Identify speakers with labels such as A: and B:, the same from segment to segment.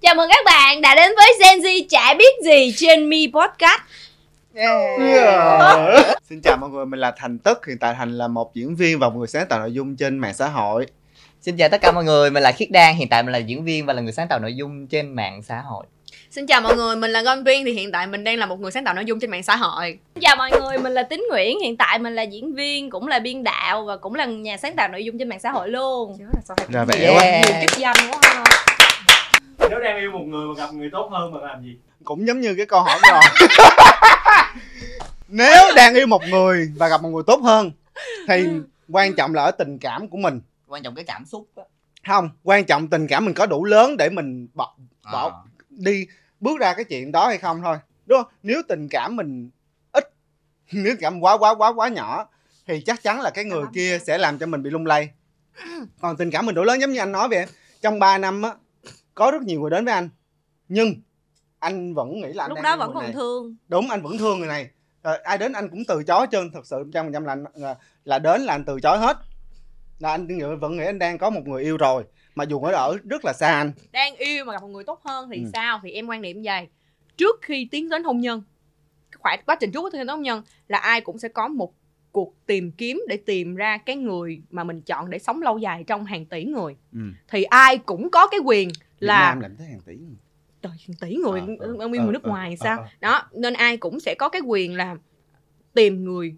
A: Chào mừng các bạn đã đến với Gen Z chả biết gì trên Mi Podcast.
B: Dạ.
C: Yeah. Xin chào mọi người, mình là Thành Tức, hiện tại Thành là một diễn viên và một người sáng tạo nội dung trên mạng xã hội.
B: Xin chào tất cả mọi người, mình là Khiết Đan, hiện tại mình là diễn viên và là người sáng tạo nội dung trên mạng xã hội.
D: Xin chào mọi người, mình là Gon Viên thì hiện tại mình đang là một người sáng tạo nội dung trên mạng xã hội.
A: Xin chào mọi người, mình là Tín Nguyễn, hiện tại mình là diễn viên, cũng là biên đạo và cũng là nhà sáng tạo nội dung trên mạng xã hội luôn.
C: Ra vẻ quá.
A: Nhiều chức danh quá ha.
E: nếu đang yêu một người mà gặp người tốt hơn bạn làm gì
C: Cũng giống như cái câu hỏi rồi. Nếu đang yêu một người và gặp một người tốt hơn thì quan trọng là ở tình cảm của mình.
B: Quan trọng cái cảm xúc đó.
C: Không, quan trọng tình cảm mình có đủ lớn để mình bỏ,
B: À,
C: Bảo. đi bước ra cái chuyện đó hay không thôi. Đúng không? Nếu tình cảm mình ít, nếu tình cảm quá quá quá quá nhỏ thì chắc chắn là
A: Dạ
C: cái
A: vâng.
C: người kia sẽ làm cho mình bị lung lay. Còn tình cảm mình đủ lớn giống như anh nói vậy, trong 3 năm á có rất nhiều người đến với anh. Nhưng anh vẫn nghĩ là anh
A: Lúc
C: đang
A: đó
C: yêu
A: vẫn
C: người
A: còn
C: này
A: thương.
C: đúng anh vẫn thương người này Rồi, ai đến anh cũng từ chối hết trơn thật sự trăm phần trăm là anh- là- ờ, là đến là anh từ chối hết là anh nghĩ- vẫn nghĩ anh đang có một người yêu rồi mà dù ở ở rất là xa anh
D: Đang yêu mà gặp một người tốt hơn thì
C: Ừ.
D: sao? Thì em quan niệm vậy. Trước khi tiến đến hôn nhân, cái khoảng quá trình trước của tiến đến hôn nhân là ai cũng sẽ có một cuộc tìm kiếm để tìm ra cái người mà mình chọn để sống lâu dài trong hàng tỷ người.
C: Ừ.
D: Thì ai cũng có cái quyền
C: Việt
D: là
C: Nam làm tới hàng tỷ
D: trời hàng tỷ người
C: Ờ,
D: nguyên
C: ờ,
D: người
C: ờ,
D: nước
C: ờ,
D: ngoài
C: ờ,
D: sao?
C: ờ.
D: Đó, nên ai cũng sẽ có cái quyền là tìm người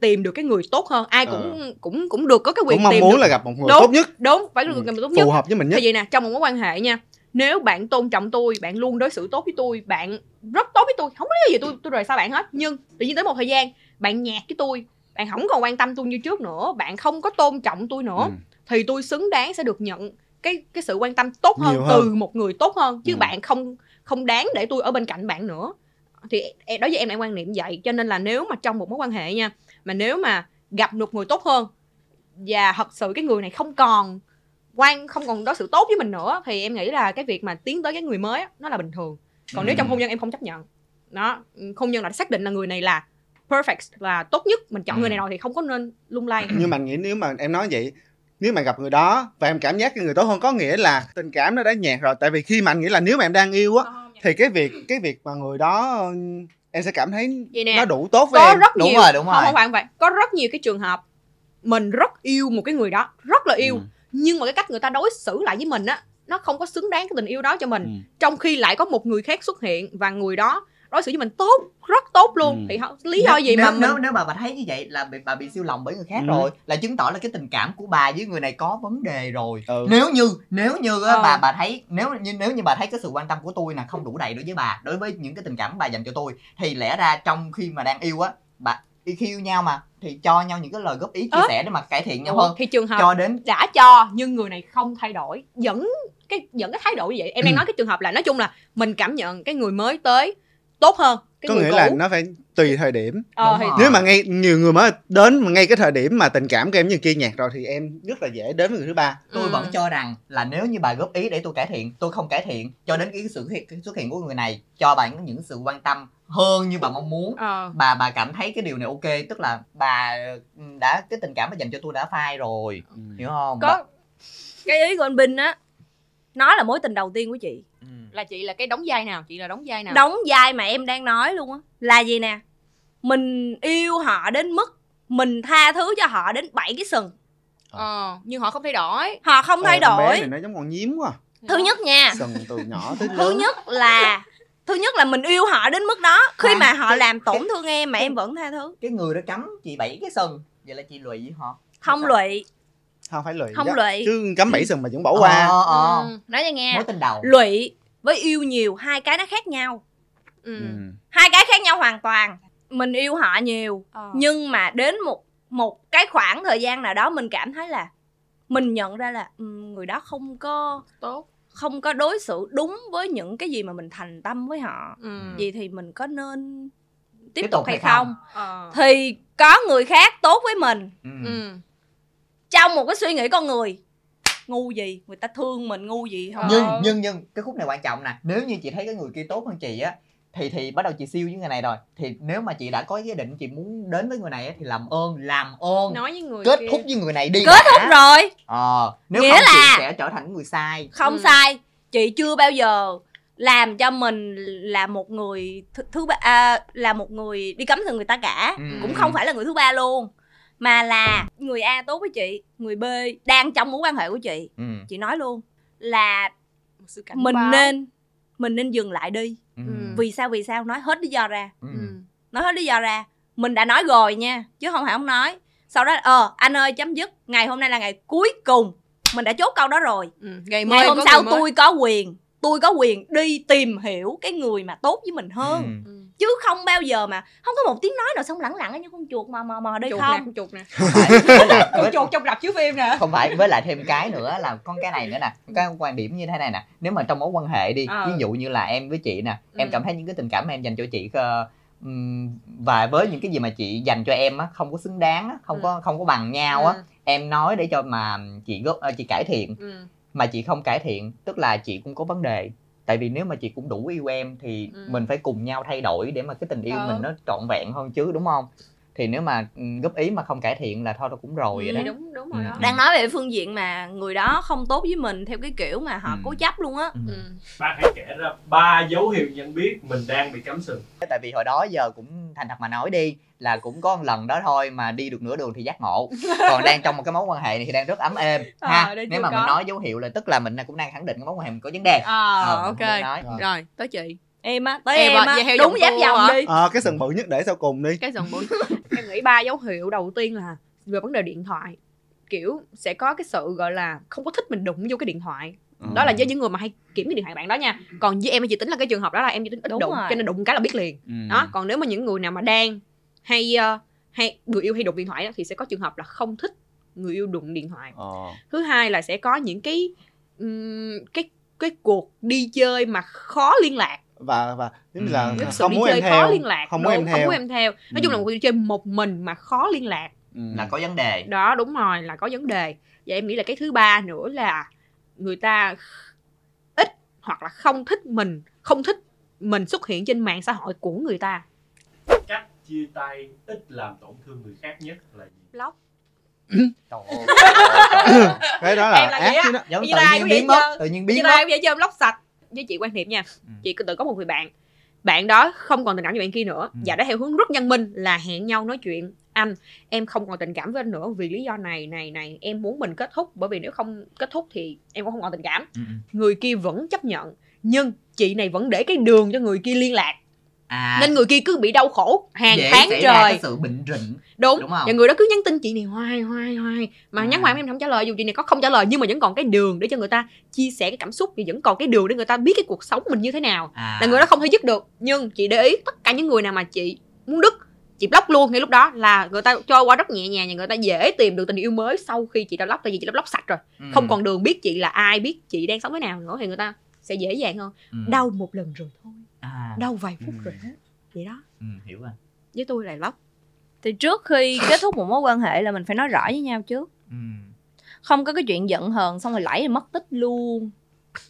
D: tìm được cái người tốt hơn, ai cũng cũng cũng được có cái
C: Ờ.
D: quyền
C: cũng mong
D: tìm
C: muốn
D: được.
C: là gặp một người
D: Đúng.
C: tốt nhất
D: đúng phải được
C: Ừ,
D: người tốt nhất
C: phù hợp với mình nhất
D: thì vậy nè trong một mối quan hệ nha nếu bạn tôn trọng tôi bạn luôn đối xử tốt với tôi bạn rất tốt với tôi không có lý do gì tôi tôi rời xa bạn hết nhưng tự nhiên tới một thời gian bạn nhạt với tôi bạn không còn quan tâm tôi như trước nữa bạn không có tôn trọng tôi nữa
C: Ừ.
D: thì tôi xứng đáng sẽ được nhận cái cái sự quan tâm tốt hơn,
C: Nhiều
D: từ
C: hơn.
D: một người tốt hơn chứ
C: Ừ.
D: bạn không không đáng để tôi ở bên cạnh bạn nữa thì e- đối với em lại quan niệm vậy cho nên là nếu mà trong một mối quan hệ nha mà nếu mà gặp được người tốt hơn và thật sự cái người này không còn quan không còn đối xử tốt với mình nữa thì em nghĩ là cái việc mà tiến tới cái người mới á, nó là bình thường còn nếu
C: Ừ.
D: trong hôn nhân em không chấp nhận đó ừ, hôn nhân là xác định là người này là perfect là tốt nhất mình chọn
B: Ừ.
D: người này rồi thì không có nên lung lay
C: nhưng mà nghĩ nếu mà em nói vậy nếu mà gặp người đó và em cảm giác cái người tốt hơn có nghĩa là tình cảm nó đã nhạt rồi tại vì khi mà anh nghĩ là nếu mà em đang yêu á thì cái việc cái việc mà người đó ừ, em sẽ cảm thấy
D: vậy nè
C: nó đủ tốt với
D: Dạ. có
C: em
D: rất
B: Đúng
D: nhiều
B: rồi, đúng
D: không
B: rồi.
D: không phải không phải có rất nhiều cái trường hợp mình rất yêu một cái người đó rất là yêu
C: Ừ.
D: nhưng mà cái cách người ta đối xử lại với mình á nó không có xứng đáng cái tình yêu đó cho mình
C: Ừ.
D: trong khi lại có một người khác xuất hiện và người đó đối xử với mình tốt rất tốt luôn
C: Ừ.
D: thì hả, lý do gì
B: nếu,
D: mà mình
B: nếu, nếu mà bà thấy như vậy là bị, bà bị siêu lòng bởi người khác
C: Ừ.
B: rồi là chứng tỏ là cái tình cảm của bà với người này có vấn đề rồi
C: Ừ.
B: nếu như nếu như á,
D: Ờ.
B: bà bà thấy nếu như nếu như bà thấy cái sự quan tâm của tôi là không đủ đầy đối với bà đối với những cái tình cảm bà dành cho tôi thì lẽ ra trong khi mà đang yêu á bà khi yêu nhau mà thì cho nhau những cái lời góp ý chia
D: Ờ.
B: sẻ để mà cải thiện nhau
D: Ủa,
B: hơn
D: thì trường hợp
B: cho đến
D: đã cho nhưng người này không thay đổi vẫn cái vẫn cái thái độ như vậy em đang nói cái trường hợp là nói chung là mình cảm nhận cái người mới tới tốt hơn cái
C: có
D: người
C: nghĩa
D: cũ
C: là nó phải tùy thời điểm
D: Ờ,
B: Đúng
D: thì
B: rồi.
C: nếu mà ngay nhiều người mới đến mà ngay cái thời điểm mà tình cảm của em như kia nhạt rồi thì em rất là dễ đến với người thứ ba
B: tôi
D: Ừ.
B: vẫn cho rằng là nếu như bà góp ý để tôi cải thiện tôi không cải thiện cho đến cái sự hiện- cái xuất hiện của người này cho bà những sự quan tâm hơn như bà mong muốn
D: ờ,
B: bà bà cảm thấy cái điều này ok tức là bà ừ, đã cái tình cảm bà dành cho tôi đã phai rồi
D: Ừ.
C: Ừ.
B: hiểu không
A: Có cái ý của anh Bình á, nó là mối tình đầu tiên của chị.
B: Bà- ừ.
D: là chị là cái đóng vai nào chị là đóng vai nào
A: Đóng vai mà em đang nói luôn á là gì nè. Mình yêu họ đến mức mình tha thứ cho họ đến bảy cái sừng.
D: ờ, nhưng họ không thay đổi Ờ. Dạ.
A: Họ không thay
C: Ờ, con bé
A: đổi.
C: này nó giống con nhím quá
A: Thứ nhất nha,
C: sừng từ nhỏ tới
A: thứ
C: lớn
A: nhất là thứ nhất là mình yêu họ đến mức đó khi
B: Khoan,
A: mà họ
B: cái-
A: làm tổn
B: cái-
A: thương em mà em vẫn tha thứ
B: cái người đó cấm chị bảy cái sừng vậy là chị lụy họ
A: không lụy
C: không phải lụy
A: không
C: đó.
A: lụy
C: chứ cấm bảy sừng mà vẫn bỏ qua
B: ờ, ờ.
D: Ừ.
A: nói cho nghe
B: mối tình đầu
A: lụy với yêu nhiều hai cái nó khác nhau
D: Ừ.
A: hai cái khác nhau hoàn toàn mình yêu họ nhiều
D: Ờ.
A: nhưng mà đến một một cái khoảng thời gian nào đó mình cảm thấy là mình nhận ra là ừ, người đó không có
D: tốt
A: không có đối xử đúng với những cái gì mà mình thành tâm với họ
D: ừ.
A: vậy thì mình có nên tiếp,
B: Tiếp
A: tục hay không?
D: Ờ.
A: thì có người khác tốt với mình
B: ừ.
D: Ừ.
A: trong một cái suy nghĩ con người ngu gì người ta thương mình ngu gì không
B: nhưng
D: Ờ.
B: nhưng nhưng cái khúc này quan trọng nè nếu như chị thấy cái người kia tốt hơn chị á thì thì bắt đầu chị siêu với người này rồi thì nếu mà chị đã có cái ý định chị muốn đến với người này á, thì làm ơn làm ơn
D: nói với
B: Vâng.
D: người
B: kết
D: kia.
B: thúc với người này đi
A: Kết
B: đã.
A: Đúng rồi
B: ờ nếu
A: Nghĩa
B: không
A: là-
B: chị sẽ trở thành người sai
A: không
D: Ừ.
A: sai chị chưa bao giờ làm cho mình là một người thứ, thứ ba à, là một người đi cấm thường người ta cả
B: Ừ.
A: cũng không phải là người thứ ba luôn mà là người A tốt với chị người B đang trong mối quan hệ của chị
B: ừ.
A: chị nói luôn là
D: Một sự cảnh
A: mình
D: báo.
A: nên mình nên dừng lại đi
B: Ừ.
D: Ừ.
A: vì sao vì sao nói hết lý do ra
B: Ừ.
D: Ừ.
A: nói hết lý do ra mình đã nói rồi nha chứ không phải không nói sau đó ờ anh ơi chấm dứt ngày hôm nay là ngày cuối cùng mình đã chốt câu đó rồi
D: Ừ. Ngày
A: ngày
D: mới
A: hôm
D: có
A: sau
D: người mới.
A: tôi có quyền tôi có quyền đi tìm hiểu cái người mà tốt với mình hơn
B: Ừ.
D: Ừ.
A: chứ không bao giờ mà không có một tiếng nói nào xong lẳng lặng như con chuột mò mò mò đi
D: chuột nè
A: không
D: con chuột nè
B: Phải, với lại-
D: con
B: với-
D: chuột trong rạp chiếu phim nè
B: không phải với lại thêm cái nữa là con cái này nữa nè cái quan điểm như thế này nè nếu mà trong mối quan hệ đi
D: Ờ.
B: ví dụ như là em với chị nè em
D: Ừ.
B: cảm thấy những cái tình cảm mà em dành cho chị ờ, ừm, và với những cái gì mà chị dành cho em á không có xứng đáng á, không
D: Ừ.
B: có không có bằng nhau
A: Ừ.
B: á em nói để cho mà chị góp ờ, chị cải thiện
D: Ừ. Ừ.
B: mà chị không cải thiện tức là chị cũng có vấn đề tại vì nếu mà chị cũng đủ yêu em thì
D: Ừ.
B: mình phải cùng nhau thay đổi để mà cái tình yêu
D: Ờ.
B: mình nó trọn vẹn hơn chứ đúng không thì nếu mà ừ, góp ý mà không cải thiện là thôi tôi cũng rồi
D: Thì
B: vậy đó
D: Dạ, đúng đúng rồi
B: Ừ.
D: đó
A: đang nói về phương diện mà người đó không tốt với mình theo cái kiểu mà họ
B: Ừ.
A: cố chấp luôn á
B: Ừ.
D: Ừ.
E: bạn hãy kể ra ba dấu hiệu nhận biết mình đang bị cắm sừng
B: tại vì hồi đó giờ cũng thành thật mà nói đi là cũng có một lần đó thôi mà đi được nửa đường thì giác ngộ còn đang trong một cái mối quan hệ này thì đang rất ấm êm
D: Ờ,
B: ha
D: đây
B: nếu
D: chưa
B: mà
D: có.
B: mình nói dấu hiệu là tức là mình cũng đang khẳng định cái mối quan hệ mình có vấn đề
D: Ờ,
B: Ờ, mình không
D: ok
B: nói.
D: rồi tới chị
A: em á tới
D: Em
A: em,
D: ạ,
A: á
D: vậy theo
A: đúng
D: dòng
A: dám
D: tua
A: dòng
D: hả?
A: đi
C: Ờ, cái sừng bự nhất để sau cùng đi
D: cái dòng bụi em nghĩ ba dấu hiệu đầu tiên là về vấn đề điện thoại kiểu sẽ có cái sự gọi là không có thích mình đụng vô cái điện thoại
B: Ừ.
D: đó là với những người mà hay kiểm cái điện thoại bạn đó nha còn với em thì chị tính là cái trường hợp đó là em chỉ tính ít
A: Đúng
D: đụng
A: rồi.
D: cho nên đụng cái là biết liền
B: Ừ.
D: đó còn nếu mà những người nào mà đang hay ờ, hay người yêu hay đụng điện thoại đó, thì sẽ có trường hợp là không thích người yêu đụng điện thoại
B: Ờ.
D: thứ hai là sẽ có những cái ừm, cái cái cuộc đi chơi mà khó liên lạc
C: và và giống như
B: Ừ.
C: là
D: cái sự
C: không
D: đi
C: muốn
D: chơi
C: em
D: khó
C: theo
D: liên lạc
C: không muốn
D: đúng,
C: em
D: không
C: theo.
D: muốn em theo nói
C: Ừ.
D: chung là một cuộc đi chơi một mình mà khó liên lạc
C: Ừ.
B: là có vấn đề
D: đó đúng rồi là có vấn đề và em nghĩ là cái thứ ba nữa là người ta ít hoặc là không thích mình không thích mình xuất hiện trên mạng xã hội của người ta
E: cách chia tay ít làm tổn thương người khác nhất là gì
D: blog
B: Trời ơi, trời ơi.
C: cái đó
D: Em
C: là
D: là
C: ác
D: vậy á.
C: chứ đó
B: giống
D: Như
B: tự
D: lai
B: nhiên
D: của vậy
B: biến mất
D: chứ.
B: tự nhiên
D: chị
B: biến
D: ta
B: mất
D: cũng vậy chứ blog sạch với chị quan niệm nha
B: Ừ.
D: chị từng có một người bạn bạn đó không còn tình cảm với bạn kia nữa
B: Ừ.
D: và đã theo hướng rất nhân minh là hẹn nhau nói chuyện anh em không còn tình cảm với anh nữa vì lý do này này này em muốn mình kết thúc bởi vì nếu không kết thúc thì em cũng không còn tình cảm
B: Ừ.
D: người kia vẫn chấp nhận nhưng chị này vẫn để cái đường cho người kia liên lạc
B: à
D: nên người kia cứ bị đau khổ hàng
B: dễ
D: tháng
B: xảy ra
D: trời
B: cái sự bệnh rịnh
D: đúng
B: đúng không?
D: và người đó cứ nhắn tin chị này hoài hoài hoài mà
B: À.
D: nhắn hoài mà em không trả lời dù chị này có không trả lời nhưng mà vẫn còn cái đường để cho người ta chia sẻ cái cảm xúc thì vẫn còn cái đường để người ta biết cái cuộc sống mình như thế nào
B: à
D: là người đó không thể dứt được nhưng chị để ý tất cả những người nào mà chị muốn đứt chị block luôn ngay lúc đó là người ta cho qua rất nhẹ nhàng và người ta dễ tìm được tình yêu mới sau khi chị đã block tại vì chị đã block sạch rồi
B: Ừ.
D: không còn đường biết chị là ai biết chị đang sống thế nào nữa thì người ta sẽ dễ dàng hơn
B: Ừ.
D: đau một lần rồi thôi
B: à
D: đau vài phút
B: Ừ.
D: rồi hết vậy đó
B: ừ, hiểu rồi
D: với tôi là block
A: thì trước khi kết thúc một mối quan hệ là mình phải nói rõ với nhau trước
B: ừ.
A: không có cái chuyện giận hờn xong rồi lẫy rồi mất tích luôn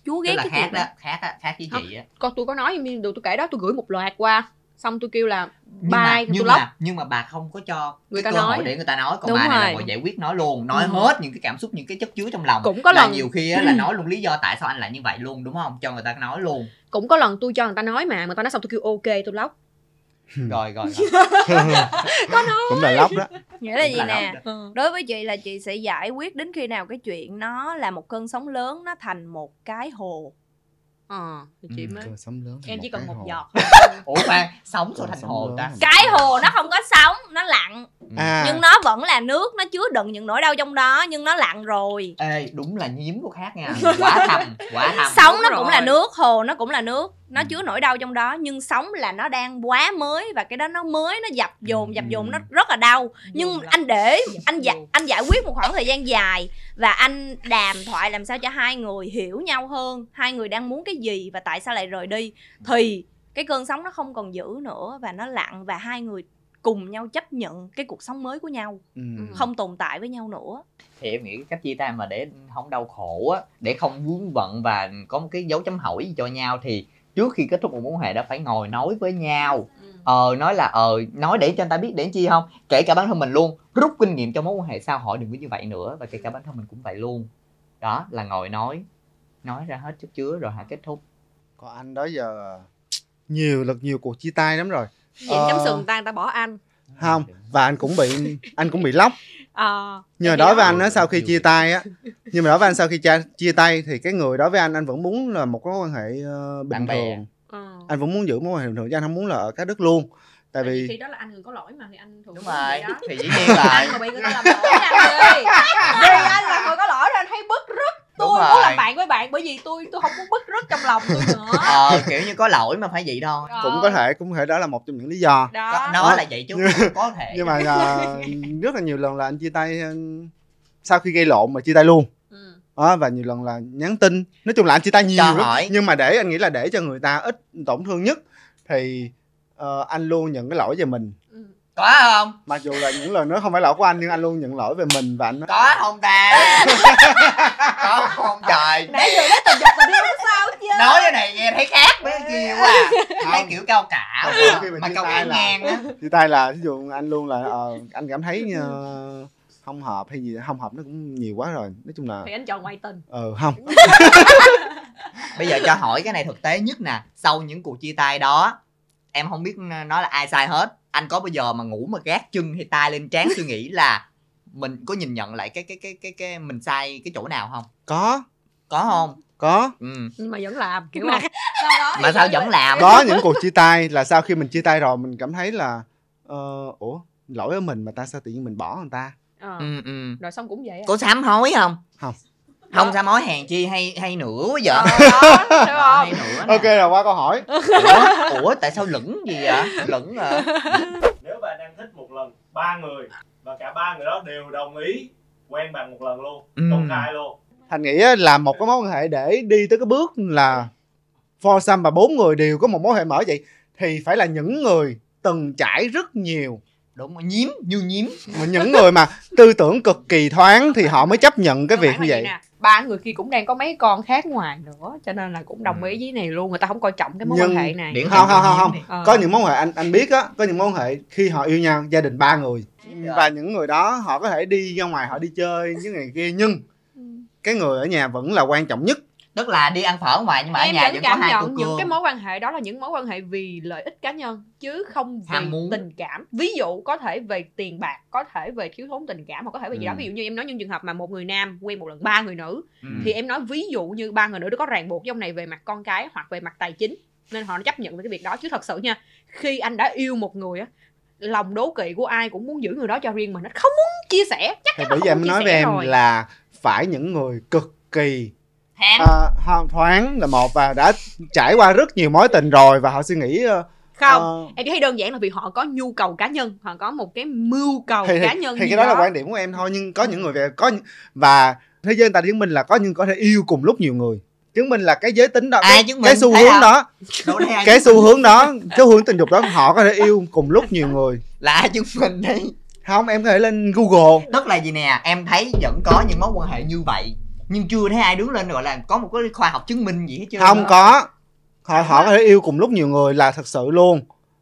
A: chúa
B: tức
A: ghét
B: là
A: cái
B: khác
A: chuyện
B: đó
A: đó.
B: khác á khác với chị á
D: con tôi có nói em đồ tôi kể đó tôi gửi một loạt qua xong tôi kêu là
B: nhưng
D: Bye,
B: mà,
D: tụi
B: nhưng
D: lóc.
B: mà nhưng mà bà không có cho
D: Người
B: cái
D: ta
B: cơ hội
D: nói.
B: để người ta nói còn
A: Đúng
B: bà này là
A: rồi.
B: ngồi giải quyết nói luôn nói
D: Ừ.
B: hết những cái cảm xúc những cái chất chứa trong lòng
D: cũng có
B: là
D: lần
B: nhiều khi á, là nói luôn lý do tại sao anh lại như vậy luôn đúng không cho người ta nói luôn
D: cũng có lần tôi cho người ta nói mà người ta nói xong tôi kêu ok tôi lóc
C: Ừ.
B: rồi rồi
C: cũng là lóc đó
A: nghĩa là
B: Cũng
A: gì
B: là
A: nè
B: lóc
D: Ờ.
A: đối với chị là chị sẽ giải quyết đến khi nào cái chuyện nó là một cơn sóng lớn nó thành một cái hồ
D: ờ thì chị
B: Ừ.
D: mới
C: sống lớn
D: em chỉ cần một
C: giọt
D: giọt
B: ủa khoan sống sao thành
C: Sống
B: hồ
C: lớn
B: ta
C: rồi.
A: cái hồ nó không có sóng nó lặng
B: Ừ.
C: à
A: nhưng nó vẫn là nước nó chứa đựng những nỗi đau trong đó nhưng nó lặng rồi
B: ê đúng là nhiếm của khác nha quá thầm quá thầm
A: sóng nó
D: đúng
A: cũng
D: rồi.
A: là nước hồ nó cũng là nước nó
B: Ừ.
A: chứa nỗi đau trong đó nhưng sóng là nó đang quá mới và cái đó nó mới nó dập dồn dập dồn
B: Ừ.
A: nó rất là đau nhưng
D: Buồn lắm.
A: anh để
D: Dập
A: anh giải
D: dồn.
A: anh giải quyết một khoảng thời gian dài và anh đàm thoại làm sao cho hai người hiểu nhau hơn hai người đang muốn cái gì và tại sao lại rời đi thì cái cơn sóng nó không còn giữ nữa và nó lặng và hai người cùng nhau chấp nhận cái cuộc sống mới của nhau
C: ừ.
A: không tồn tại với nhau nữa
B: thì em nghĩ cái cách chia tay mà để không đau khổ á để không vướng bận và có một cái dấu chấm hỏi gì cho nhau thì trước khi kết thúc một mối quan hệ đã phải ngồi nói với nhau ờ nói là ờ nói để cho người ta biết để chi không kể cả bản thân mình luôn rút kinh nghiệm cho mối quan hệ sau hỏi đừng có như vậy nữa và kể cả bản thân mình cũng vậy luôn đó là ngồi nói nói ra hết chút chứa rồi hả kết thúc
C: còn anh đó giờ nhiều lượt nhiều cuộc chia tay lắm rồi
D: diện trong
C: Ờ.
D: sườn ta người ta bỏ anh
C: không và anh cũng bị anh cũng bị lóc
D: Ờ,
C: nhờ
D: Thì
C: đó
D: đó-
C: với anh á sau khi
B: Nhiều
C: chia
B: việc.
C: tay á nhưng mà đó với anh sau khi cha, chia tay thì cái người đó với anh anh vẫn muốn là một cái mối quan hệ ờ, bình
B: Bạn bè.
C: thường
D: ờ.
C: anh vẫn muốn giữ mối quan hệ bình thường chứ anh không muốn là ở các đất luôn tại
D: Tại vì
C: vì
D: khi đó là anh người có lỗi mà thì anh thường
B: đúng
D: nói vậy
B: rồi
D: đó.
B: thì dĩ nhiên
D: anh
B: là
D: mà bị người ta làm lỗi anh ơi đi anh là người có lỗi rồi anh thấy bứt rứt tôi
B: Đúng
D: muốn
B: rồi.
D: làm bạn với bạn bởi vì tôi tôi không muốn bứt rứt trong lòng tôi nữa
B: ờ kiểu như có lỗi mà phải vậy thôi
C: cũng có thể cũng có thể đó là một trong những lý do
D: đó
B: Có- nó là vậy chứ không có thể
C: nhưng mà ờ, rất là nhiều lần là anh chia tay ờ, sau khi gây lộn mà chia tay luôn
D: Ừ.
C: đó, và nhiều lần là nhắn tin nói chung là anh chia tay nhiều
B: Cho
C: lắm.
B: hỏi.
C: nhưng mà để anh nghĩ là để cho người ta ít tổn thương nhất thì ờ, anh luôn nhận cái lỗi về mình
D: Ừ.
B: có không
C: mặc dù là những lời nói không phải lỗi của anh nhưng anh luôn nhận lỗi về mình và anh nói,
B: có không ta có không trời
D: nãy giờ nói tình dục tình yêu nó sao Ừ. chưa
B: nói cái này nghe thấy khác với cái kia quá à. thấy
C: Không.
B: kiểu cao cả
C: Không,
B: quá.
C: khi mà
B: mà
C: chia
B: cao
C: tay
B: cả
C: là-
B: ngang á
C: chia tay là ví dụ anh luôn là ờ, anh cảm thấy ờ, không hợp hay gì không hợp nó cũng nhiều quá rồi nói chung là
D: thì anh chọn ngoại tình
C: ờ không
B: bây giờ cho hỏi cái này thực tế nhất nè sau những cuộc chia tay đó em không biết nó là ai sai hết anh có bao giờ mà ngủ mà gác chân hay tay lên trán suy nghĩ là mình có nhìn nhận lại cái cái cái cái cái mình sai cái chỗ nào không
C: có
B: có không
C: có
B: ừ
D: nhưng mà vẫn làm kiểu mà sau đó
B: mà sao vẫn làm
C: có những cuộc chia tay là sau khi mình chia tay rồi mình cảm thấy là ờ, ủa lỗi ở mình mà ta sao tự nhiên mình bỏ người ta
D: Ờ,
B: ừ ừ
D: rồi xong cũng vậy à.
B: có sám hối không
C: Không.
B: không sám hối hàng chi hay hay nữa quá vậy
D: Ờ, đó, thấy Ờ, không?
B: hay nữa nè.
C: ok rồi qua câu hỏi
B: ủa, ủa tại sao lửng gì vậy lửng ờ, hả
E: nếu bạn đang thích một lần ba người và cả ba người đó đều đồng ý quen bạn một lần luôn
B: Ừ.
E: công khai luôn
C: thành nghĩ á, là một cái mối quan hệ để đi tới cái bước là foursome và bốn người đều có một mối hệ mở vậy thì phải là những người từng trải rất nhiều
B: đúng rồi, nhiếm như nhiếm
C: mà những người mà tư tưởng cực kỳ thoáng thì họ mới chấp nhận cái
D: Cơ
C: việc
D: bản
C: như
D: là
C: vậy
D: nè, ba người kia cũng đang có mấy con khác ngoài nữa cho nên là cũng đồng ý với này luôn người ta không coi trọng cái mối
C: Nhưng-
D: quan hệ này
B: Ừ. điển hình
C: Không,
B: như
C: không, không,
B: nhiếm
C: không.
B: đi.
D: Ờ.
C: có những mối hệ anh anh biết á có những mối hệ khi họ yêu nhau gia đình ba người
B: Dạ.
C: và những người đó họ có thể đi ra ngoài họ đi chơi những ngày kia nhưng
A: Ừ.
C: cái người ở nhà vẫn là quan trọng nhất
B: tức là đi ăn phở ở ngoài nhưng mà ở
D: em
B: nhà
D: vẫn
B: vẫn có
D: cảm
B: hai cô
D: nhận những
B: cương
D: cái mối quan hệ đó là những mối quan hệ vì lợi ích cá nhân chứ không vì
B: Ham muốn.
D: tình cảm ví dụ có thể về tiền bạc có thể về thiếu thốn tình cảm hoặc có thể về gì đó
B: Ừ.
D: ví dụ như em nói những trường hợp mà một người nam quen một lần ba người nữ
B: Ừ.
D: thì em nói ví dụ như ba người nữ đó có ràng buộc với ông này về mặt con cái hoặc về mặt tài chính nên họ chấp nhận về cái việc đó chứ thật sự nha khi anh đã yêu một người á lòng đố kỵ của ai cũng muốn giữ người đó cho riêng mình nó không muốn chia sẻ chắc
C: thì
D: chắn
C: bởi
D: là không
C: vì em
D: muốn chia
C: nói
D: sẻ
C: với em
D: rồi.
C: là phải những người cực kỳ
B: Ham.
C: ờ, ho- thoáng là một và đã trải qua rất nhiều mối tình rồi và họ suy nghĩ ờ,
D: không
C: ờ,
D: em chỉ thấy đơn giản là vì họ có nhu cầu cá nhân họ có một cái mưu cầu
C: thì,
D: cá
C: thì,
D: nhân
C: thì
D: gì
C: cái đó là quan điểm của em thôi nhưng
D: Ừ.
C: có những người về có những- và thế giới người ta chứng minh là có những có thể yêu cùng lúc nhiều người chứng minh là cái giới tính đó
B: Ai
C: cái,
B: chứng
C: cái
B: minh?
C: xu
B: Thấy
C: hướng
B: không?
C: đó
B: Đâu đây ai
C: cái
B: chứng minh?
C: xu hướng đó cái xu hướng tình dục đó họ có thể yêu cùng lúc nhiều người
B: là ai chứng minh đi
C: không em có thể lên google
B: tức là gì nè em thấy vẫn có những mối quan hệ như vậy nhưng chưa thấy ai đứng lên gọi là có một cái khoa học chứng minh gì hết trơn
C: không
B: á.
C: có họ họ có thể yêu cùng lúc nhiều người là thật sự luôn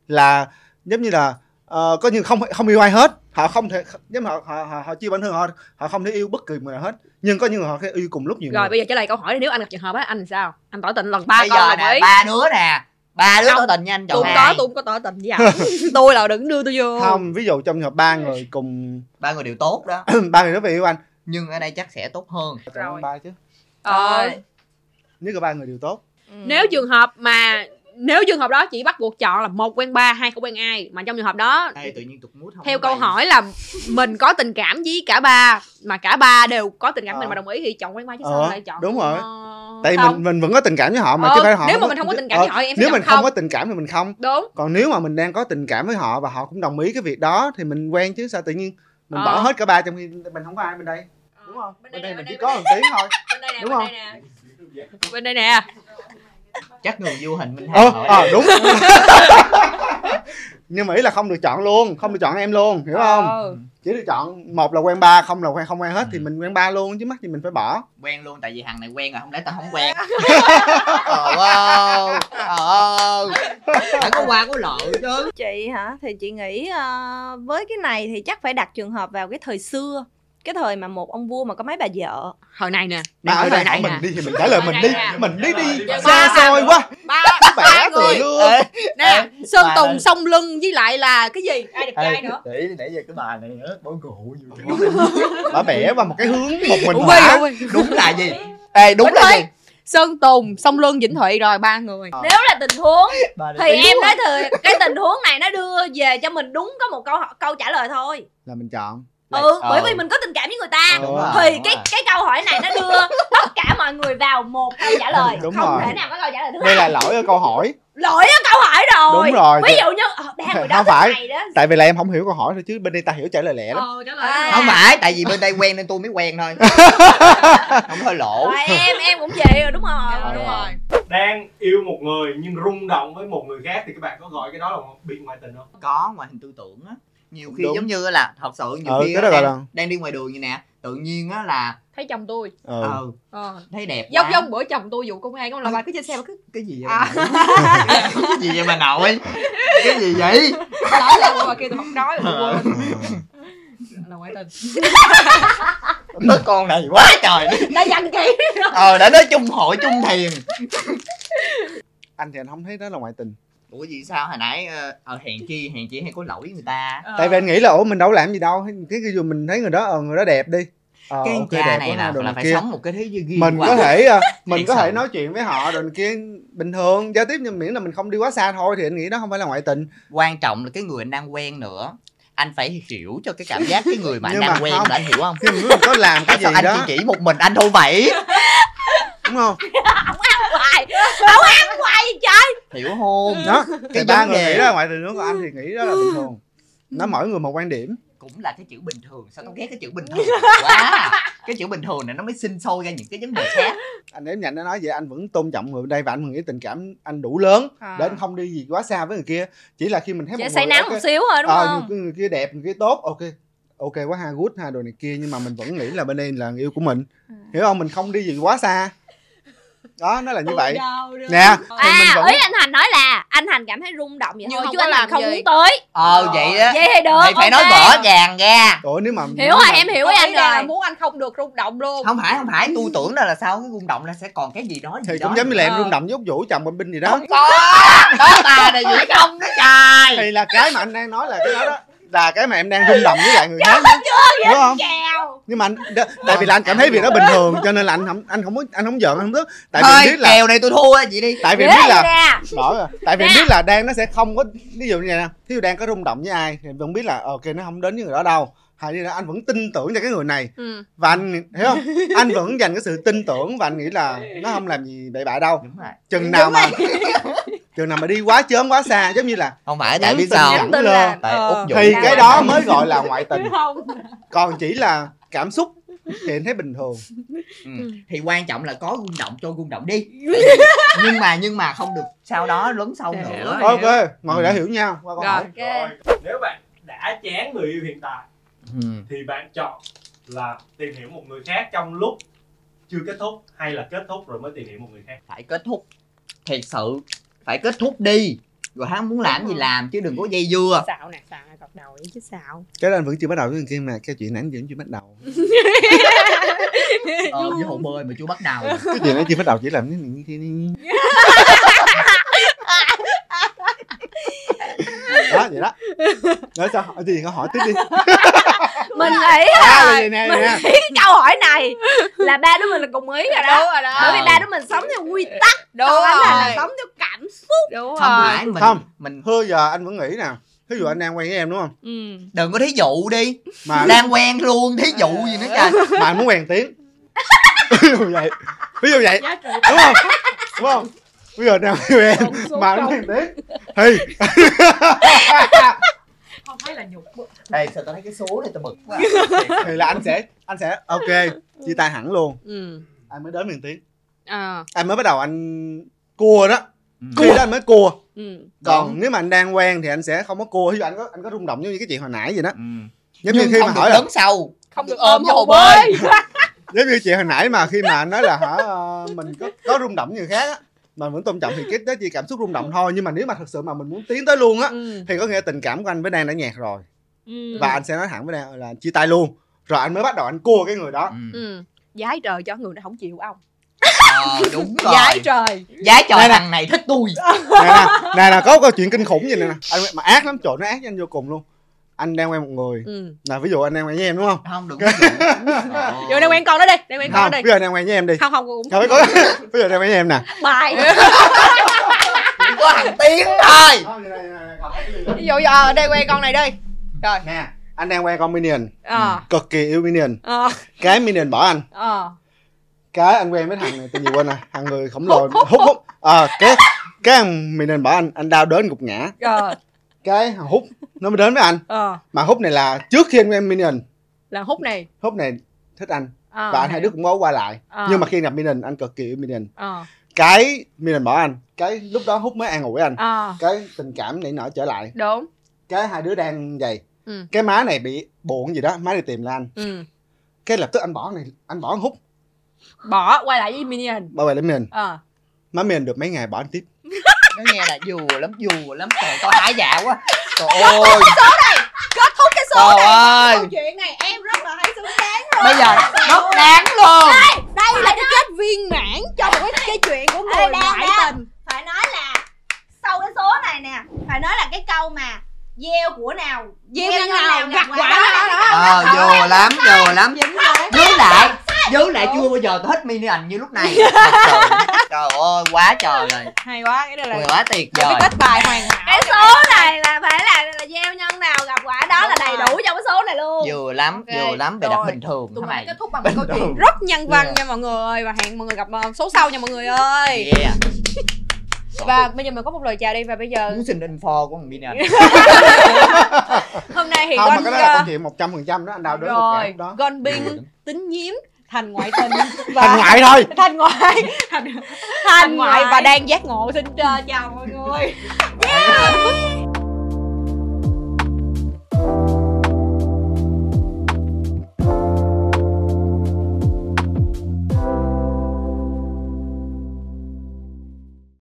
C: là giống như là ờ, có như không không yêu ai hết họ không thể giống họ họ họ, họ chia bản thân họ họ không thể yêu bất kỳ người nào hết nhưng có những người họ có thể yêu cùng lúc nhiều
D: rồi
C: người
D: bây giờ trả lời câu hỏi này, nếu anh gặp trường hợp á anh làm sao anh tỏ tình lần ba
B: bây
D: con
B: giờ
D: đồng
B: nè
D: ý
B: ba đứa nè ba đứa
D: Không,
B: tỏ tình nha anh chọn
D: tôi không
B: ai
D: có tôi không có tỏ tình với ảnh tôi là đừng đưa tôi vô
C: không ví dụ trong trường hợp ba người cùng
B: ba người đều tốt đó
C: ba người đó về yêu anh
B: nhưng ở đây chắc sẽ tốt hơn
D: Rồi.
C: ba chứ
D: ờ,
C: nếu cả ba người đều tốt
A: Ừ.
D: nếu trường hợp mà nếu trường hợp đó chỉ bắt buộc chọn là một quen ba hai không quen ai mà trong trường hợp đó
B: Ê, tự nhiên tụt mút không
D: theo
B: có
D: câu
B: bày.
D: hỏi là mình có tình cảm với cả ba mà cả ba đều có tình cảm với mình mà đồng ý thì chọn quen ba chứ sao
C: Ờ,
D: lại chọn
C: đúng rồi.
D: ờ,
C: tại vì
D: không.
C: mình mình vẫn có tình cảm với họ mà
D: Ờ,
C: chứ phải họ
D: nếu mà mình không có tình cảm với
C: Ờ,
D: họ em sẽ
C: nếu
D: chọn
C: mình không có tình cảm thì mình không
D: đúng
C: còn nếu mà mình đang có tình cảm với họ và họ cũng đồng ý cái việc đó thì mình quen chứ sao tự nhiên mình
D: Ờ.
C: bỏ hết cả ba trong khi mình không có ai bên đây đúng không bên, đây, mình chỉ có một tiếng thôi
D: bên đây nè
C: Đúng
D: bên
C: không?
D: đây nè bên đây nè
B: chắc người vô hình minh
C: ờ
B: hỏi
C: ờ đúng nhưng mà ý là không được chọn luôn không được chọn em luôn hiểu không
D: Ờ.
C: chỉ được chọn một là quen ba không là quen không quen hết thì
B: Ừ.
C: mình quen ba luôn chứ mắc gì mình phải bỏ
B: quen luôn tại vì thằng này quen rồi không lẽ tao không quen ờ wow ờ phải có qua có lợi chứ
A: chị hả thì chị nghĩ ờ, với cái này thì chắc phải đặt trường hợp vào cái thời xưa cái thời mà một ông vua mà có mấy bà vợ
D: hồi này nè
C: mà
D: đang
C: ở
D: cái
C: đây
D: thời
C: hỏi
D: này
C: mình
D: nè
C: đi thì mình trả lời
D: Ở
C: mình
D: đây
C: đi
D: nè.
C: mình đi đi
D: Dạ,
C: xa
D: ba-
C: xôi quá
D: ba
C: bẻ
D: người. Ờ,
C: tựa luôn Ờ,
D: nè sơn
B: bà
D: tùng
B: lên.
D: sông lưng với lại là cái gì ai đẹp trai nữa
B: để nãy giờ cái bà này á bỏ ngủ
C: bà bẻ vào một cái hướng một mình
D: Ủa,
C: hả?
D: Huy, Huy.
B: đúng là gì
C: ê đúng
D: Bánh
C: là
D: Huy.
C: gì
D: sơn tùng sông lưng vĩnh thụy rồi ba người
A: nếu là tình huống
B: bà này
A: thì em nói thì cái tình huống này nó đưa về cho mình đúng có một câu câu trả lời thôi
C: là ờ. mình chọn
A: ừ bởi vì mình có tình cảm với người ta
C: Đúng rồi,
A: thì cái cái câu hỏi này nó đưa tất cả mọi người vào một câu trả lời
C: Đúng
A: không
C: rồi.
A: thể nào có câu trả lời thứ hai
C: đây là lỗi ở câu hỏi
A: lỗi ở câu hỏi rồi
C: đúng rồi
A: ví dụ như ờ, ba người đó
C: Không
A: thích
C: phải.
A: mày đó
C: tại vì là em không hiểu câu hỏi thôi chứ bên đây ta hiểu trả lời lẹ lắm
D: ờ trả
A: lời À.
B: không phải tại vì bên đây quen nên tôi mới quen thôi không hơi lỗ
A: rồi em em cũng vậy rồi đúng không
C: Ờ.
D: đúng rồi
E: đang yêu một người nhưng rung động với một người khác thì các bạn có gọi cái đó là bị ngoại tình không
B: có ngoại hình tư tưởng á nhiều khi
C: Đúng.
B: giống như là thật sự nhiều
C: Ờ,
B: khi
C: cái
B: á,
C: đó gọi
B: đang,
C: là-
B: đang đi ngoài đường vậy nè tự nhiên á là
D: thấy chồng tôi
C: ừ.
B: ờ
D: ờ
B: thấy đẹp
D: giống
B: quá.
D: giống bữa chồng tôi vụ công an không là bà cứ trên xe bà cứ
B: cái gì vậy
D: À.
B: bà nội? cái gì vậy bà nội cái gì vậy
D: nói là tôi bà kia tôi không nói tôi quên là ngoại tình
B: nói con này quá trời
D: đã dặn kỹ
B: ờ đã nói chung hội chung thiền
C: anh thì anh không thấy đó là ngoại tình
B: ủa gì sao hồi nãy ờ, ờ hèn chi hèn chi hay có lỗi với người ta
C: tại vì anh nghĩ là ủa mình đâu làm gì đâu cái cái dù mình thấy người đó ờ người đó đẹp đi ờ,
B: cái anh
C: ok,
B: cha
C: đẹp
B: này
C: quá
B: là,
C: ha, đồ
B: là
C: này
B: phải
C: kia.
B: sống một cái thế giới riêng
C: mình
B: quá.
C: có thể ờ, mình
B: Thiệt
C: có thể
B: sự.
C: nói chuyện với họ rồi này kia bình thường giao tiếp nhưng miễn là mình không đi quá xa thôi thì anh nghĩ đó không phải là ngoại tình
B: quan trọng là cái người anh đang quen nữa anh phải hiểu cho cái cảm giác cái người mà anh
C: Nhưng
B: đang
C: mà
B: quen
C: không.
B: là anh hiểu không
C: nhưng mà có làm cái
B: tại
C: gì
B: sao anh
C: đó
B: chỉ chỉ một mình anh thôi vậy
C: đúng không
A: hoài tao ăn hoài vậy trời
B: hiểu không
C: đó thì
B: Ừ. Cái
C: ba
B: vấn
C: người
B: đề- Ừ.
C: nghĩ đó là ngoại tình đúng còn anh thì nghĩ đó là bình thường nó mỗi người một quan điểm
B: cũng là cái chữ bình thường sao tao ghét cái chữ bình thường quá cái chữ bình thường này nó mới sinh sôi ra những cái vấn đề khác
C: anh em nhận nó nói vậy anh vẫn tôn trọng người bên đây và anh nghĩ tình cảm anh đủ lớn
A: À.
C: để anh không đi gì quá xa với người kia chỉ là khi mình thấy
A: chỉ
C: một
A: Ờ. say
C: người
A: nắng
C: ok,
A: một xíu thôi đúng
C: ờ,
A: không
C: người, người kia đẹp người kia tốt ok ok quá ha good ha đồ này kia nhưng mà mình vẫn nghĩ là bên đây là người yêu của mình
A: À.
C: hiểu không mình không đi gì quá xa đó nó là như
A: dạ.
C: vậy nè thì mình
A: à
C: vẫn
A: ý anh thành nói là anh thành cảm thấy rung động vậy
D: Nhưng
A: thôi
D: không
A: chứ
D: có
A: anh thành
D: làm
A: không
D: gì.
A: muốn tới
B: ờ vậy á
A: vậy thì được
B: mày phải nói
A: ok.
B: rõ ràng ra
C: Ủa nếu mà
A: hiểu rồi em hiểu ý anh
D: là
A: rồi
D: muốn anh không được rung động luôn
B: không phải không phải tôi tưởng đó là sao cái rung động là sẽ còn cái gì đó
C: thì
B: gì
A: Dạ.
C: cũng
B: đó
C: giống như là em
D: Ờ.
C: rung động với Úc Vũ chồng bên Binh gì đó
B: không có có bà này gì không đó trời
C: thì là cái mà anh đang nói là cái đó đó là cái mà em đang rung động với
A: Dạ,
C: lại người khác đó. đúng không
A: Chào.
C: nhưng mà anh, đ- tại vì là anh cảm thấy việc đó bình thường cho nên là anh không anh không muốn anh không giận anh không tức tại vì anh
B: thôi
C: biết là
B: kèo này tôi thua chị đi
C: tại vì
A: Ghê
C: anh biết là
A: nè.
C: bỏ rồi tại vì em
A: Nè.
C: biết là đang nó sẽ không có ví dụ như vậy nè thí dụ đang có rung động với ai thì em vẫn biết là ờ, ok nó không đến với người đó đâu hay là anh vẫn tin tưởng cho cái người này
D: Ừ.
C: và anh hiểu không anh vẫn dành cái sự tin tưởng và anh nghĩ là nó không làm gì bậy bạ đâu
B: đúng rồi
C: chừng nào mà chừng nào mà đi quá chớm quá xa giống như là
B: không phải tại
C: Nhắn
B: vì
C: tin
B: sao
C: nhắn
A: tin là
B: tại
D: Ờ.
B: út dụ
C: thì
A: Dạ.
C: cái đó mới gọi là ngoại tình
D: không
C: còn chỉ là cảm xúc thì em thấy bình thường
B: Ừ. thì quan trọng là có rung động cho rung động đi
C: Dạ.
B: nhưng mà nhưng mà không được sau đó lấn sâu
D: Hiểu.
B: nữa
D: Ờ,
C: ok
D: hiểu.
C: mọi người đã hiểu nhau qua câu
D: Rồi.
C: hỏi
E: rồi nếu bạn đã chán người yêu hiện tại
B: Ừ.
E: thì bạn chọn là tìm hiểu một người khác trong lúc chưa kết thúc hay là kết thúc rồi mới tìm hiểu một người khác
B: phải kết thúc thiệt sự phải kết thúc đi rồi hắn muốn làm
C: Dạ.
B: gì làm chứ đừng có dây dưa
D: xạo nè xạo nè cọc đầu chứ xạo
C: cái đó anh vẫn chưa bắt đầu với người kia mà cái chuyện này anh vẫn chưa bắt đầu Dạ.
B: ờ với hồ bơi mà chưa bắt đầu
C: cái chuyện này chưa bắt đầu chỉ làm cái này như thế này đó vậy đó nói sao Ờ, thì hỏi tiếp đi
A: mình nghĩ
C: à là
A: là
C: vậy nè vậy nè
A: cái câu hỏi này là ba đứa mình là cùng ý rồi đó
D: rồi
A: bởi vì
B: Ờ.
A: ba đứa mình sống theo quy tắc
D: đúng
A: còn anh Thành
D: rồi
A: là sống theo cảm xúc
D: đúng
B: không
D: rồi
B: phải mình
C: Dạ. Không.
B: mình
C: thôi giờ anh vẫn nghĩ nè ví dụ anh đang quen với em đúng không
D: ừ
B: đừng có thí dụ đi
C: mà Dạ.
B: đang quen luôn thí dụ gì nữa trời
C: mà anh muốn quen tiếng ví dụ vậy ví dụ vậy
D: giá trị
C: đúng không đúng không bây giờ đang yêu em
D: tổng số
C: mà anh
D: không
C: muốn quen tiếng thì
D: không thấy là nhục
B: Ê, sao tao thấy cái số này tao bực quá
C: thì là anh sẽ anh sẽ ok chia tay hẳn luôn
D: ừ
C: anh mới đến miền tiếng
D: à
C: anh mới bắt đầu anh cua đó
B: Ừ.
C: khi đó anh mới cua
D: ừ
C: còn
B: Đúng.
C: nếu mà anh đang quen thì anh sẽ không có cua ví dụ anh có anh có rung động giống như cái chuyện hồi nãy vậy đó
B: Ừ.
C: giống như
B: nhưng
C: khi
B: không
C: mà
B: được
C: hỏi là
B: lớn Ờ, sâu
D: không được ôm với hồ bơi
C: giống như chuyện hồi nãy mà khi mà anh nói là hả ờ, mình có có rung động như người khác á mà vẫn tôn trọng thì cái đó chỉ cảm xúc rung động thôi nhưng mà nếu mà thật sự mà mình muốn tiến tới luôn á
D: ừ
C: thì có nghĩa tình cảm của anh với Đan đã nhạt rồi
A: ừ.
C: và anh sẽ nói thẳng với Đan là chia tay luôn rồi anh mới bắt đầu anh cua cái người đó
B: ừ.
D: ừ. giái trời cho người nó không chịu ông
B: Ờ, đúng rồi
D: giái trời
B: giá trời
C: Đây nè.
B: thằng này thích tôi
C: nè nè nè nè có một câu chuyện kinh khủng gì nè nè anh mà ác lắm trời nó ác với anh vô cùng luôn anh đang quen một người
D: ừ
C: là ví dụ anh đang quen với em đúng không
B: không đừng có dụ. Ờ.
D: vô đang quen con đó đi đang quen con
C: không
D: đó đi
C: bây giờ đang quen với em đi
D: không không cũng
C: Thôi, có- bây giờ đang quen với em nè
D: bài
B: Chỉ có thằng tiếng thôi
D: ví dụ giờ đây quen con này đi rồi
C: nè anh đang quen con minion
D: ờ
C: cực kỳ yêu minion
D: ờ
C: cái minion bỏ anh
D: ờ
C: cái anh quen với thằng này tên gì quên rồi thằng người khổng lồ hút hút ờ cái cái thằng minion bỏ anh anh đau đớn gục ngã
D: ờ
C: cái thằng hút nó mới đến với anh
D: ờ
C: mà hút này là trước khi anh quen minion
D: là hút này
C: hút này thích anh
D: ờ,
C: và anh hai đứa cũng có qua lại
D: ờ,
C: nhưng mà khi gặp minion anh cực kỳ yêu minion
D: ờ
C: cái minion bỏ anh cái lúc đó hút mới an ủi anh
D: ờ
C: cái tình cảm nảy nở trở lại
D: đúng
C: cái hai đứa đang vậy
D: Ừ.
C: cái má này bị buồn gì đó má đi tìm là anh
D: ừ
C: cái lập tức anh bỏ này anh bỏ anh hút
D: bỏ quay lại với minion
C: bao vây lấy minion
D: ờ
C: má minion được mấy ngày bỏ anh tiếp
B: nó nghe là vừa lắm vừa lắm trời tao hả dạ quá trời ơi
D: kết thúc cái số
B: trời
D: này
B: ơi
D: câu chuyện này em rất là hay xứng đáng
B: bây giờ rất đáng luôn
D: đây là cái kết viên mãn cho một cái, cái chuyện của người
A: Ê, đang,
D: ngoại
A: đang.
D: tình
A: phải nói là sau cái số này nè phải nói là cái câu mà gieo của nào
D: gieo nhân
A: cho
D: nào gặt quả
A: đó
D: đó đó
B: ờ vừa lắm vừa lắm giữ
D: dính đấy
B: lại giữ lại chưa bao giờ tôi thích mini ảnh như lúc này trời, trời ơi quá trời rồi
D: hay quá cái đây là
B: Ôi,
D: một
B: quá tuyệt
D: cái
B: vời
D: kết bài hoàn hảo
A: cái số này là phải là là gieo nhân nào gặp quả đó
D: Đúng
A: là đầy đủ
D: rồi.
A: trong cái số này luôn
B: vừa lắm
D: Ok,
B: vừa lắm bề đặt
D: rồi.
B: bình thường hả
D: tụi mình
B: mày
D: kết thúc bằng một câu chuyện
B: Bình
D: rất nhân văn nha mọi người và hẹn mọi người gặp ờ, số sau nha mọi người ơi
B: yeah
D: và bây giờ mình có một lời chào đi và bây giờ
B: muốn xin info của thằng mini ảnh
D: hôm nay thì ờ,
C: không mà
D: con
C: cái đó là câu chuyện một trăm phần trăm đó anh đau đớn gục ngã
D: rồi
C: lúc đó
D: con
B: Vừa
D: binh
B: lắm.
D: tính nhiếm thành ngoại tình và
C: thành ngoại thôi
D: thành ngoại thành,
A: Thành
D: ngoại và
A: ngoại.
D: ờ, đang giác ngộ xin uh, chào mọi người